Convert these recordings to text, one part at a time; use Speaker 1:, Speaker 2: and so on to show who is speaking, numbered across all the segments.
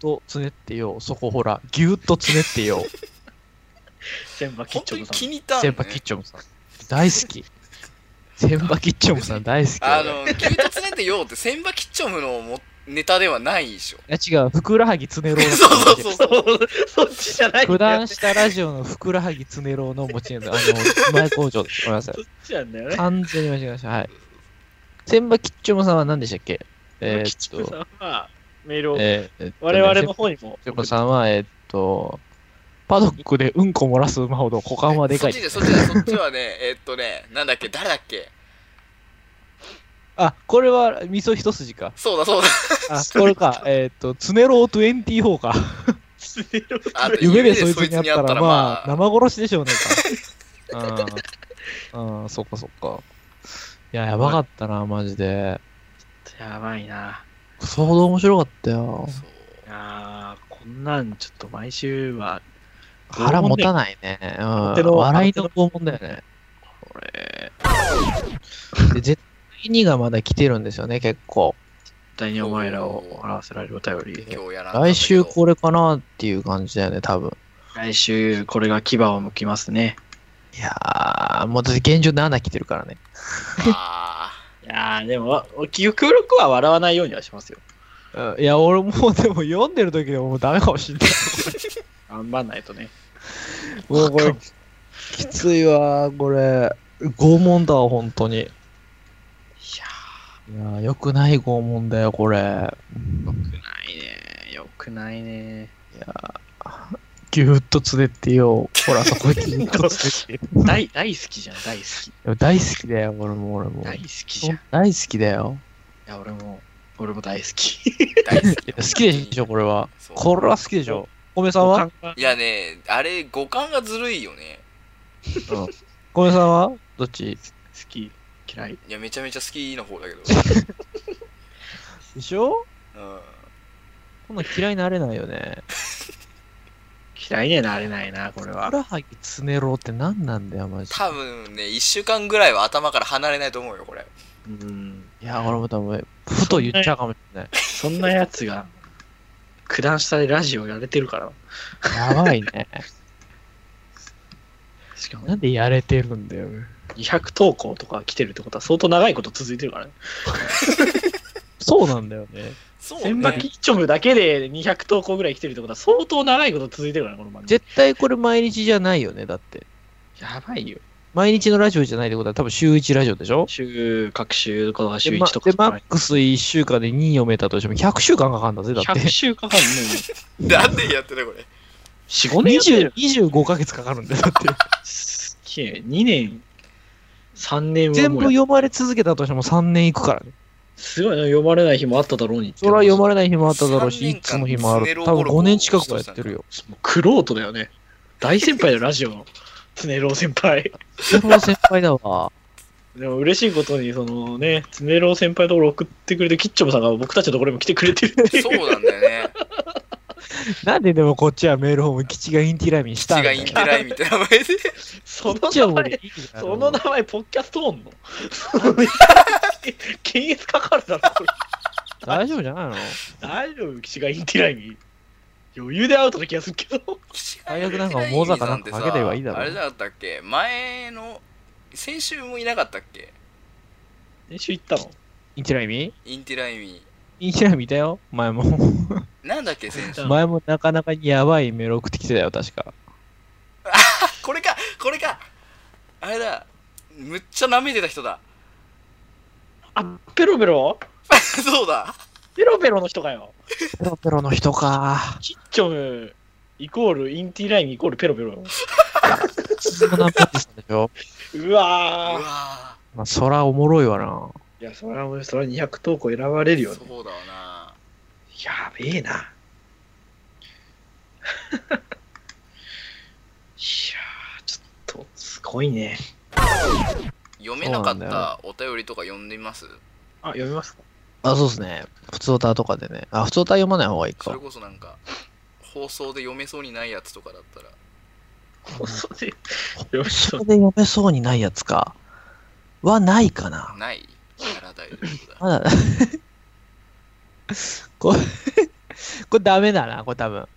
Speaker 1: とつねってよ、そこほら、ぎゅっとつねって よ、
Speaker 2: 千葉吉
Speaker 3: 本当
Speaker 2: 兆
Speaker 3: に
Speaker 2: さ
Speaker 3: 気
Speaker 2: ん。
Speaker 3: に入ったんだ
Speaker 1: セ
Speaker 3: ね
Speaker 1: ンパキッチョムさん。大好き。センパキッチョムさん大好き。
Speaker 3: あ
Speaker 1: 俺
Speaker 3: の、牛とつねてようって、千葉吉兆のもネタではないでしょ。
Speaker 1: いや違う、ふくらはぎつねろうの
Speaker 3: そうそうそうそう。
Speaker 2: そっちじゃないん
Speaker 1: 九
Speaker 2: だよね。
Speaker 1: 段
Speaker 2: そっ
Speaker 1: 下ラジオのふくらはぎつねろうの持ち主、あの、前工場です。ごめんなさい。
Speaker 2: ちなんだよね。
Speaker 1: 完全に間違えました。はい。千葉吉兆さんは何でしたっけえ
Speaker 2: 吉
Speaker 1: ー
Speaker 2: 兆
Speaker 1: っと、
Speaker 2: さんはメールを
Speaker 1: えーっと
Speaker 2: 我々の方にも
Speaker 1: 千葉さんは、えーっと、パドックでうんこ漏らす馬ほど股間はで
Speaker 3: そ
Speaker 1: か
Speaker 3: っ
Speaker 1: い
Speaker 3: ち。で、そっちで、そっちはね、 えっとね、なんだっけ、誰だっけ。
Speaker 1: あ、これは味噌一筋か。
Speaker 3: そうだそうだ。
Speaker 1: あ、これ か。えーっと、つねろう24か。
Speaker 2: 詰めろ
Speaker 3: あと
Speaker 1: 夢でそいつに会ったら、まあ、
Speaker 3: まあ
Speaker 1: 生殺しでしょうね か。うん。うん、そっかそっか。いや、やばかったな、マジで。
Speaker 2: やばいな。
Speaker 1: くそほど面白かったよ。
Speaker 3: そう
Speaker 2: あーこんなんちょっと毎週は、
Speaker 1: 腹持たないね。う
Speaker 2: 手
Speaker 1: ん。
Speaker 2: の
Speaker 1: 笑いの拷問だよね。
Speaker 2: これ、
Speaker 1: で、絶対にがまだ来てるんですよね、結構。
Speaker 2: 絶対にお前らを笑わせられるお便り。
Speaker 3: 今日やらんかったけど
Speaker 1: 来週これかなっていう感じだよね、多分。
Speaker 2: 来週、これが牙を向きますね。
Speaker 1: いやー、もう私現状7来てるからね。
Speaker 3: あ
Speaker 2: いやーでも、極力は笑わないようにはしますよ。
Speaker 1: うんいや、俺もうでも読んでる時でももうダメかもしんない。
Speaker 2: 頑張んないとね。
Speaker 1: もうこれ、きついわ、これ。拷問だわ、本当に。いやー、よくない拷問だよ、これ。
Speaker 2: よくないね。よくないね。
Speaker 1: ぎゅーっとつねってよ。ほら、そこぎゅーっとつ ねってよ
Speaker 2: 大、大好きじゃん、大好き。
Speaker 1: でも大好きだよ、俺も、俺も。
Speaker 2: 大好きじゃん。い
Speaker 1: 大好きだよ。
Speaker 2: や、俺も、俺も大好き。
Speaker 3: ー大好 き
Speaker 1: 好きでしょ、これは。
Speaker 3: そう
Speaker 1: これは好きでしょ。米さんは
Speaker 3: いやねあれ五感がずるいよね
Speaker 1: 米さんはどっち
Speaker 2: 好き、嫌い。
Speaker 3: いやめちゃめちゃ好きな方だけ ど、
Speaker 1: でしょ
Speaker 3: うん、
Speaker 1: こんなん嫌いになれないよね。
Speaker 2: 嫌いにはなれないな、これ
Speaker 1: ふ
Speaker 2: は
Speaker 1: く。らはぎつねろうって何なんだよ、マジで。
Speaker 3: 多分ね1週間ぐらいは頭から離れないと思うよこれ
Speaker 2: うん。
Speaker 1: いや、俺も多分、ふと言っちゃうかもしれない。
Speaker 2: そんなやつが、九段下でラジオやれてるから。
Speaker 1: やばいね。
Speaker 2: しかも、
Speaker 1: なんでやれてるんだよ。
Speaker 2: 200投稿とか来てるってことは相当長いこと続いてるからね。
Speaker 1: そうなんだよね。
Speaker 3: そう
Speaker 2: 千葉
Speaker 3: ね
Speaker 2: キッチョムだけで200投稿ぐらい来てるってことは相当長いこと続いてるからね、この番組。
Speaker 1: 絶対これ毎日じゃないよね、だって。
Speaker 2: やばいよ。
Speaker 1: 毎日のラジオじゃないってことは多分週1ラジオでしょ
Speaker 2: 週、各週、この週
Speaker 1: で、ま
Speaker 2: 1とか
Speaker 1: でマックス1週間で2読めたとしても100週間かかるんだぜ、だって。
Speaker 2: 100週かかるね。
Speaker 3: なんでやってたこれ
Speaker 2: 4、5年やってる
Speaker 1: 20 25ヶ月かかるんだよ、だって。
Speaker 2: すっげえ、2年、3年は
Speaker 1: 全
Speaker 2: も
Speaker 1: 部
Speaker 2: うや
Speaker 1: 読まれ続けたとしても3年いくからね。
Speaker 2: すごいな、読まれない日もあっただろうにって。
Speaker 1: それは読ま
Speaker 2: れ
Speaker 1: れない日もあっただろうし、
Speaker 3: 3
Speaker 1: い
Speaker 3: 年
Speaker 1: つ
Speaker 3: 間
Speaker 1: の日もある。多分5年近くはやってるよ。
Speaker 2: もう、クロートだよね。大先輩だよ、ラジオの。つねろう先輩。
Speaker 1: それは先輩だわ。
Speaker 2: でも嬉しいことに、そのね、つねろう先輩のところ送ってくれて、キッチョムさんが僕たちのところにも来てくれてるっていう
Speaker 3: そうなんだ よね
Speaker 1: なんででもこっちはメールホーム、基地がインティラミンした
Speaker 3: 血
Speaker 1: んだ
Speaker 3: が
Speaker 1: よ
Speaker 3: インティライみたいな名前で
Speaker 2: その
Speaker 1: 基地は
Speaker 2: 名
Speaker 1: もういい
Speaker 2: 前、
Speaker 1: んだよ
Speaker 2: その名前、ポッキャストー ンの。検閲かかるだろ、これ。
Speaker 1: 大丈夫じゃないの
Speaker 2: 大丈夫、岸がインティライミ。余裕でアウトな気がするけど。
Speaker 1: 最悪なんかモザかなんかかければいいだろ
Speaker 3: あれじゃなかったっけ前の先週もいなかったっけ
Speaker 2: 練習行ったの
Speaker 1: インティラミン
Speaker 3: インティライミ
Speaker 1: インティラミンいたよ、前も。
Speaker 3: なんだっけ先週
Speaker 2: うん
Speaker 1: 前もなかなかにやばいメール送ってきてたよ、確か。
Speaker 3: これかこれかあれだむっちゃ舐めてた人だ
Speaker 2: あ、ペロペロ
Speaker 3: そうだ
Speaker 2: ペロペロの人かよ。
Speaker 1: ペロペロの人か。
Speaker 2: キッチョムイコールインティライミイコールペロペロよ。
Speaker 1: そんなパティさんでしょ。
Speaker 2: う
Speaker 3: う
Speaker 2: わー。
Speaker 3: わ
Speaker 1: まあ、そらおもろいわな。
Speaker 2: いや、それはもう、それは200投稿選ばれるよ
Speaker 3: ー
Speaker 2: ね。
Speaker 3: そうだわな
Speaker 2: やべえな。い やー、ちょっと、すごいね。
Speaker 3: 読めなかっ
Speaker 1: そうな
Speaker 3: たお便りとか読んでみます
Speaker 2: あ、読みますか
Speaker 1: あ、そうですね。普通歌とかでね。あ、普通歌読まない方がいい
Speaker 3: それ
Speaker 1: か。
Speaker 3: こそなんか放送で読めそうにないやつとかだったら
Speaker 2: 放送で。読みまし
Speaker 1: そ
Speaker 2: ょ
Speaker 1: れ
Speaker 2: う
Speaker 1: で読めそうにないやつか。はないかな。
Speaker 3: ないなら大丈夫だ
Speaker 1: まだ。こ これダメだな、これ多分。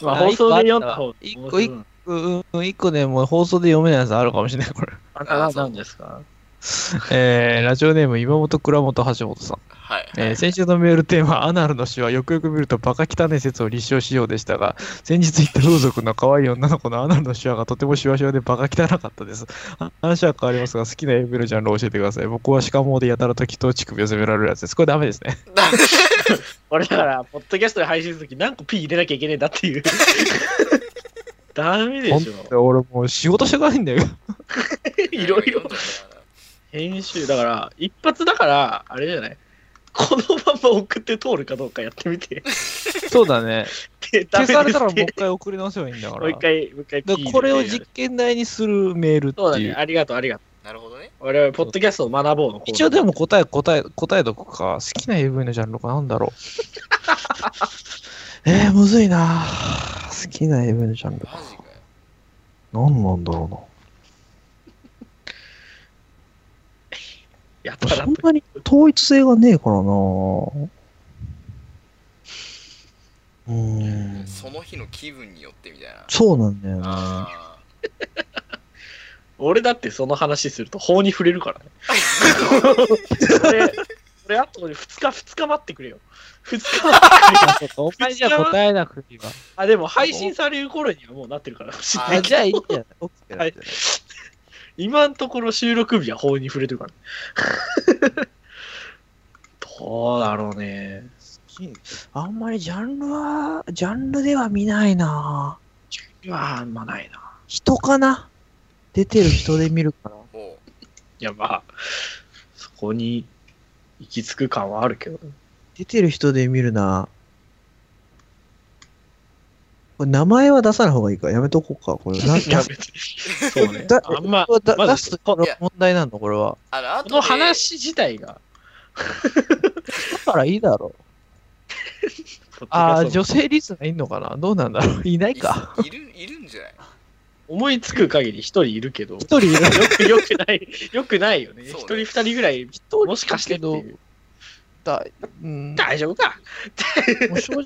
Speaker 2: まあ、
Speaker 1: あ
Speaker 2: 放送で
Speaker 1: 一個あ
Speaker 2: 読んだ
Speaker 1: った
Speaker 2: 方
Speaker 1: わ一個一個うん、うん、一個ね、もう放送で読めないやつあるかもしれない、これ。
Speaker 2: あななんですか
Speaker 1: えー、ラジオネーム、今本倉本橋本さん。
Speaker 3: はい。
Speaker 1: えー先週のメールテーマ、アナルの詩はよくよく見るとバカ汚い説を立証しようでしたが、先日行った風俗の可愛い女の子のアナルの詩話がとてもシワシワでバカ汚かったです。あ話は変わりますが、好きなエベルジャンルを教えてください。僕はシカモーでやたらと気と乳首を責められるやつです。これダメですね。
Speaker 3: だ
Speaker 2: 俺だから、ポッドキャストで配信するとき何個 P 入れなきゃいけねえんだって いう。ダメでし
Speaker 1: 本
Speaker 2: ょ。
Speaker 1: 当俺もう仕事してこないんだよ。
Speaker 2: いろいろ。編集、だから、一発だから、あれじゃないこのまま送って通るかどうかやってみて。
Speaker 1: そうだね。
Speaker 2: でダメ
Speaker 1: 消
Speaker 2: です
Speaker 1: されたらもう
Speaker 2: って
Speaker 1: 一回送り直せばいいんだから。
Speaker 2: もう一回、もう一回 P
Speaker 1: だから
Speaker 2: 入れて。
Speaker 1: これを実験台にするメールって
Speaker 2: そうだ
Speaker 1: い
Speaker 2: ね。
Speaker 1: う。
Speaker 2: ありがとう、ありがと
Speaker 3: なるほどね。
Speaker 2: う。我々、ポッドキャストを学ぼうのコーナー
Speaker 1: 一応でも、答え、答え、答えとくか。好きな AV のジャンルかなんだろう。 えー、むずいな好きな AV のジャンル
Speaker 3: マジかよ。
Speaker 1: 何なんだろ
Speaker 2: や
Speaker 1: う
Speaker 2: た
Speaker 1: な。
Speaker 2: ら
Speaker 1: そ
Speaker 2: と
Speaker 1: んなに統一性がねえからなうーん。
Speaker 3: その日の気分によってみたいな。
Speaker 1: そうなんだよな。
Speaker 3: あ
Speaker 2: 俺だってその話すると法に触れる からね。俺、俺あと2日、2日待ってくれよ。2日待ってくれよ。
Speaker 1: あそうかお前じゃ答えなくていいわ。
Speaker 2: あ、でも配信される頃にはもうなってるから。
Speaker 3: あ
Speaker 1: あ、じゃあいいんじゃない
Speaker 2: はい今のところ収録日は法に触れてるからね。 どうだろうね。
Speaker 1: あんまりジャンルは、ジャンルでは見ないな
Speaker 2: うわあんまないな。
Speaker 1: 人かな出てる人で見るかな
Speaker 3: ーおう
Speaker 2: いや、まあ、そこに行き着く感はあるけど。
Speaker 1: 出てる人で見るな。これ名前は出さない方がいいか。やめとこうか。これ。ない
Speaker 2: や、別に。そうね
Speaker 1: だ。
Speaker 2: あんま、
Speaker 1: だ
Speaker 2: ま
Speaker 1: 出
Speaker 2: ず
Speaker 1: すこの問題なのこれは。
Speaker 3: あの、あ
Speaker 2: この話自体が、
Speaker 1: だからいいだろう。
Speaker 2: ポッドキャストの
Speaker 1: ああ、女性リスナーいんのかなどうなんだろう。いない
Speaker 3: い
Speaker 1: か。
Speaker 3: いる、いるんじゃない
Speaker 2: 思いつく限り一人いるけど、よ
Speaker 1: 一人いる。
Speaker 2: く、よくない、 よくないよね。
Speaker 3: そう
Speaker 2: 一
Speaker 3: ね
Speaker 2: 人二人ぐらい、
Speaker 1: 一人
Speaker 2: もしかしてって
Speaker 1: ど
Speaker 2: いう。
Speaker 1: だうん、
Speaker 2: 大丈夫か
Speaker 1: もう正直、も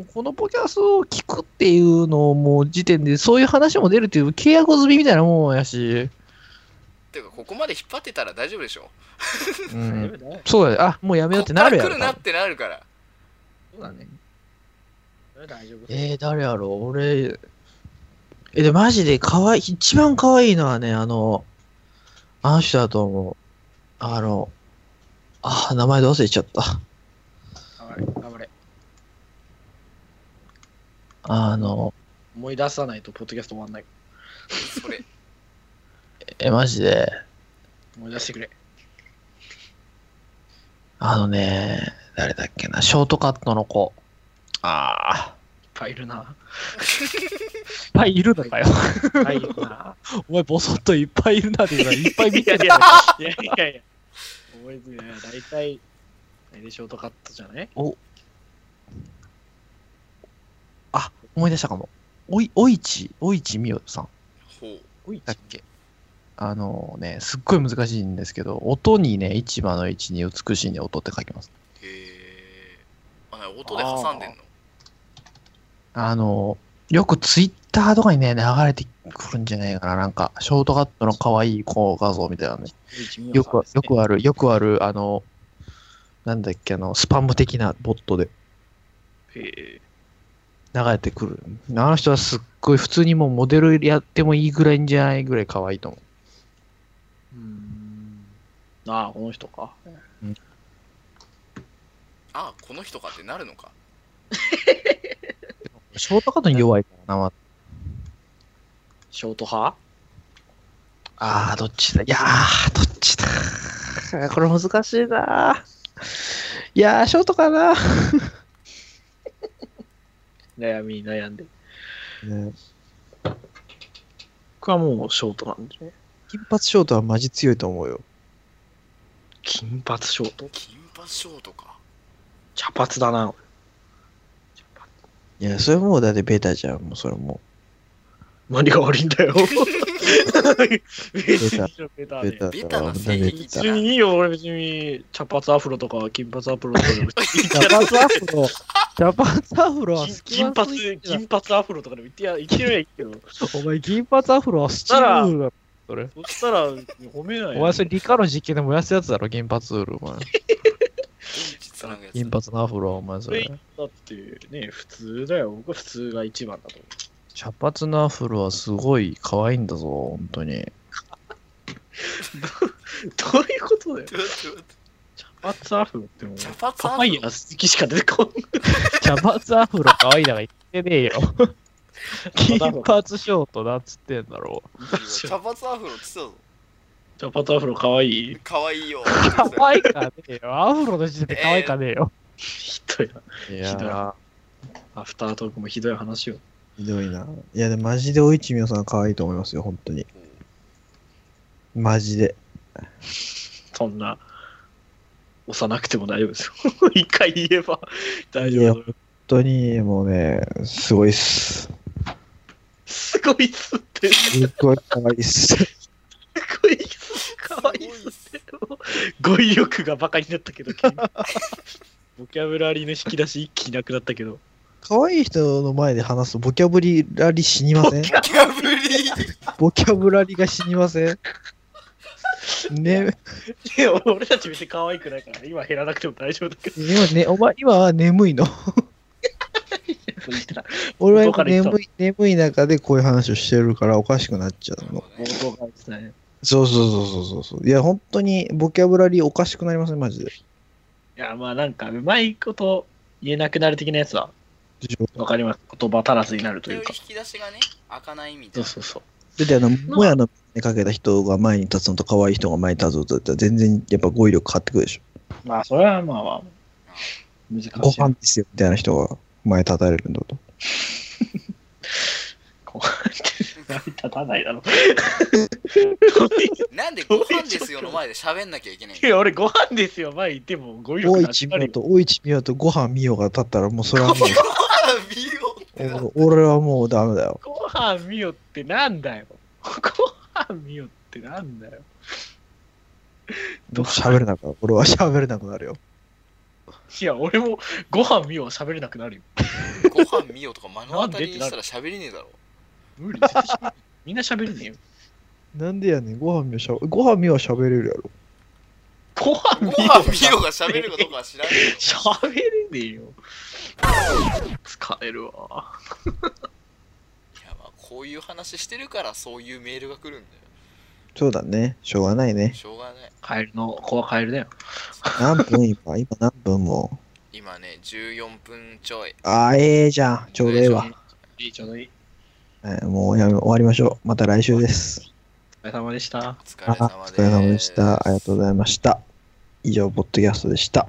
Speaker 1: うこのポキャスを聞くっていうのをもう時点で、そういう話も出るっていう契約済みみたいなもんやし。
Speaker 3: ていうか、ここまで引っ張ってたら大丈夫でしょ。
Speaker 1: う
Speaker 2: 大丈
Speaker 1: ん、
Speaker 2: 夫だよ。
Speaker 1: そうだね。あ、もうやめようってなるや
Speaker 3: こっ
Speaker 1: ろ
Speaker 3: から来る。なってなるから。
Speaker 2: そうだね。それ大丈夫。
Speaker 1: えー、誰やろう俺、え、で、マジで、かわいい、一番かわいいのはね、あの、あの人だと思う。あの、あー、名前ど忘れちゃった。
Speaker 2: 頑張れ、頑張れ。
Speaker 1: あの、
Speaker 2: 思い出さないと、ポッドキャスト終わんない。
Speaker 3: それ。
Speaker 1: え、マジで、
Speaker 2: 思い出してくれ。
Speaker 1: あのね、誰だっけな、ショートカットの子。ああ、
Speaker 2: いっぱいいるな。
Speaker 1: いっぱいいるのかよ。
Speaker 2: いっぱいいるな。
Speaker 1: お前、ボソッといっぱいいるなって言うから、いっぱい見てる。
Speaker 2: いやいやいやいや。思いつくね。大体、あれでショートカットじゃない
Speaker 1: 思い出したかも。おい、おいち、おいちみよさん。
Speaker 3: ほう。
Speaker 2: おい
Speaker 1: だっけあのね、すっごい難しいんですけど、音にね、市場の位置に美しいね、音って書きます。
Speaker 3: へー。あ、な音で挟んでんの
Speaker 1: あの、よくツイッターとかにね、流れてくるんじゃないかな、なんか、ショートカットの可愛い子画像みたいなね。よく、よくある、よくある、あの、なんだっけ、あの、スパム的なボットで
Speaker 2: え
Speaker 1: 流れてくる。あの人はすっごい、普通にもうモデルやってもいいぐらいんじゃないぐらい可愛いと思う。
Speaker 2: うーん。ああ、この人か。
Speaker 3: あ、この人かってなるのか。
Speaker 1: ショートカットに弱いからな、ま
Speaker 2: ショート派
Speaker 1: ああ、どっちだいやー、どっちだ これ難しいなーいやー、ショートかな、
Speaker 2: 悩みに悩んで。僕はもうショートなんでね。
Speaker 1: 金髪ショートはマジ強いと思うよ。
Speaker 2: 金髪ショート
Speaker 3: 金髪ショートか。
Speaker 2: 茶髪だな。俺
Speaker 1: いや、それもうだってベタじゃん、もうそれも
Speaker 2: 何が悪いんだよ。別にいいよ、ベ タ
Speaker 1: ベ
Speaker 2: で。
Speaker 1: タ
Speaker 3: ベタな
Speaker 1: 正
Speaker 3: 正
Speaker 1: 義
Speaker 3: 義
Speaker 1: だ
Speaker 2: 別にいいよ、俺別に茶髪アフロとか金髪アフロとか でも
Speaker 4: ジャパンサーフロ、ジャパンサーフロは
Speaker 2: 金金髪、金髪アフロとかでも言ってや、言ってやりゃいいけど。
Speaker 4: お前、銀髪アフロはスチールだ。それ。
Speaker 2: そしたら、褒めない
Speaker 4: お
Speaker 2: よ。
Speaker 4: 前、それ理科の実験で燃やすやつだろ、銀髪ウール、お 前。
Speaker 3: 現実のやつ
Speaker 4: 銀髪のアフロは、お前、そ
Speaker 2: それ
Speaker 4: れ。
Speaker 2: だってね、普通だよ。僕は普通が一番だと思う。
Speaker 4: 茶髪のアフロはすごい可愛いんだぞ、本当に。
Speaker 2: どういうことだよ。
Speaker 3: 待って待って
Speaker 2: 茶髪アフロってもう、
Speaker 3: 茶髪
Speaker 2: パ
Speaker 3: ア
Speaker 2: パ
Speaker 3: フ
Speaker 2: イヤ
Speaker 3: ロ
Speaker 2: 好きしか出てこん。
Speaker 4: 茶髪アフロ可愛いだから言ってねえ よ。金髪ショートだっつってんだろ。
Speaker 3: 茶髪アフロって言ってたぞ
Speaker 2: 茶髪アフロ可愛い。
Speaker 3: かわいいよ
Speaker 4: 可愛いかねえよ。アフロの時点で可愛いかねえよ。
Speaker 2: ひどいな。
Speaker 1: い
Speaker 2: ひどい
Speaker 1: や
Speaker 2: な。アフタートークもひどい話を。
Speaker 1: ひどいな。いや、でもマジでおいちみょさん可愛いと思いますよ、本当に。マジで。
Speaker 2: そんな、押さなくても大丈夫ですよ。 一回言えば大
Speaker 1: い
Speaker 2: 丈
Speaker 1: や
Speaker 2: 夫。
Speaker 1: 本当にもうね、すごいっす。
Speaker 2: すごいっすって、す
Speaker 1: すっごい可愛いっす。
Speaker 2: ごいっす。かわいいっすって。語彙力がバカになったけど、 君ボキャブラリーの引き出し一気になくなったけど。
Speaker 1: 可愛い人の前で話すとボキャブラリ死にません
Speaker 3: キャブリ
Speaker 1: ボキャブラリが死にませんね、
Speaker 2: いや俺たち別に可愛くないから、今減らなくても大丈夫だけど。
Speaker 1: 今ね、お前、今は眠いの。俺は今眠い、眠い中でこういう話をしてるからおかしくなっちゃうの。
Speaker 2: 冒頭からですね。
Speaker 1: そうそうそうそうそう。いや、本当にボキャブラリーおかしくなりません、マジで。
Speaker 2: いや、まあなんか、うまいこと言えなくなる的なやつは、
Speaker 1: でしょ
Speaker 2: わかります。言葉足らずになるという
Speaker 3: 引
Speaker 2: か。
Speaker 3: き出しがね開かないみたいうな
Speaker 2: そそうそう。
Speaker 1: だってあの、もやの目かけた人が前に立つのと可愛い人が前に立つのとだったら全然やっぱ語彙力変わってくるでしょ。
Speaker 2: まあ、それはまあまあ、難しい。
Speaker 1: ご 飯ですよみたいな人が前に立たれるのと。
Speaker 2: ご飯って成り立たないだろ。
Speaker 3: なんでご飯ですよの前で喋んなきゃいけない
Speaker 2: いや、俺、ご飯ですよ、前言っても、語彙
Speaker 1: 大
Speaker 2: 力な
Speaker 1: 一
Speaker 2: くな
Speaker 1: みよ
Speaker 2: るよ
Speaker 1: と、大一みよとご飯みよが立ったらもうそれは も
Speaker 3: 見よ
Speaker 1: う、お俺はもうダメだよ。
Speaker 2: ご飯見よってなんだよ。ご飯見よってなんだよ。
Speaker 1: 喋れなくなる。俺は喋れなくなるよ。
Speaker 2: いや、俺も、ご飯見よは喋れなくなるよ。
Speaker 3: ご飯見よとか目の当たりにしたら喋りねえだろ
Speaker 2: 無理。絶対喋れないみんな喋れねえよ。
Speaker 1: なんでやねん、ご飯みよしゃべ、ご飯みよは喋れるやろ。
Speaker 2: ご飯
Speaker 3: ご
Speaker 2: 見よは
Speaker 3: 飯見よが喋るかどうかは知らんけ
Speaker 2: 喋れねえよ。疲れるわ。
Speaker 3: どいやまあこういう話してるからそういうメールが来るんだよ
Speaker 1: そうだね。しょうがないね。
Speaker 3: しょうがない
Speaker 2: カエルの、子はカエルだよ。
Speaker 1: 何分 今、今何分も。
Speaker 3: 今ね14分ちょい
Speaker 1: あー、ええじゃん。ちょうどええわ。
Speaker 2: いい、ちょうどいい。
Speaker 1: えーもうやめ終わりましょう。また来週です。
Speaker 2: お疲れ様でした
Speaker 3: お疲
Speaker 1: あ
Speaker 3: れ
Speaker 1: お
Speaker 3: 様です
Speaker 1: 疲れ様でした。ありがとうございました。以上、ポッドキャストでした。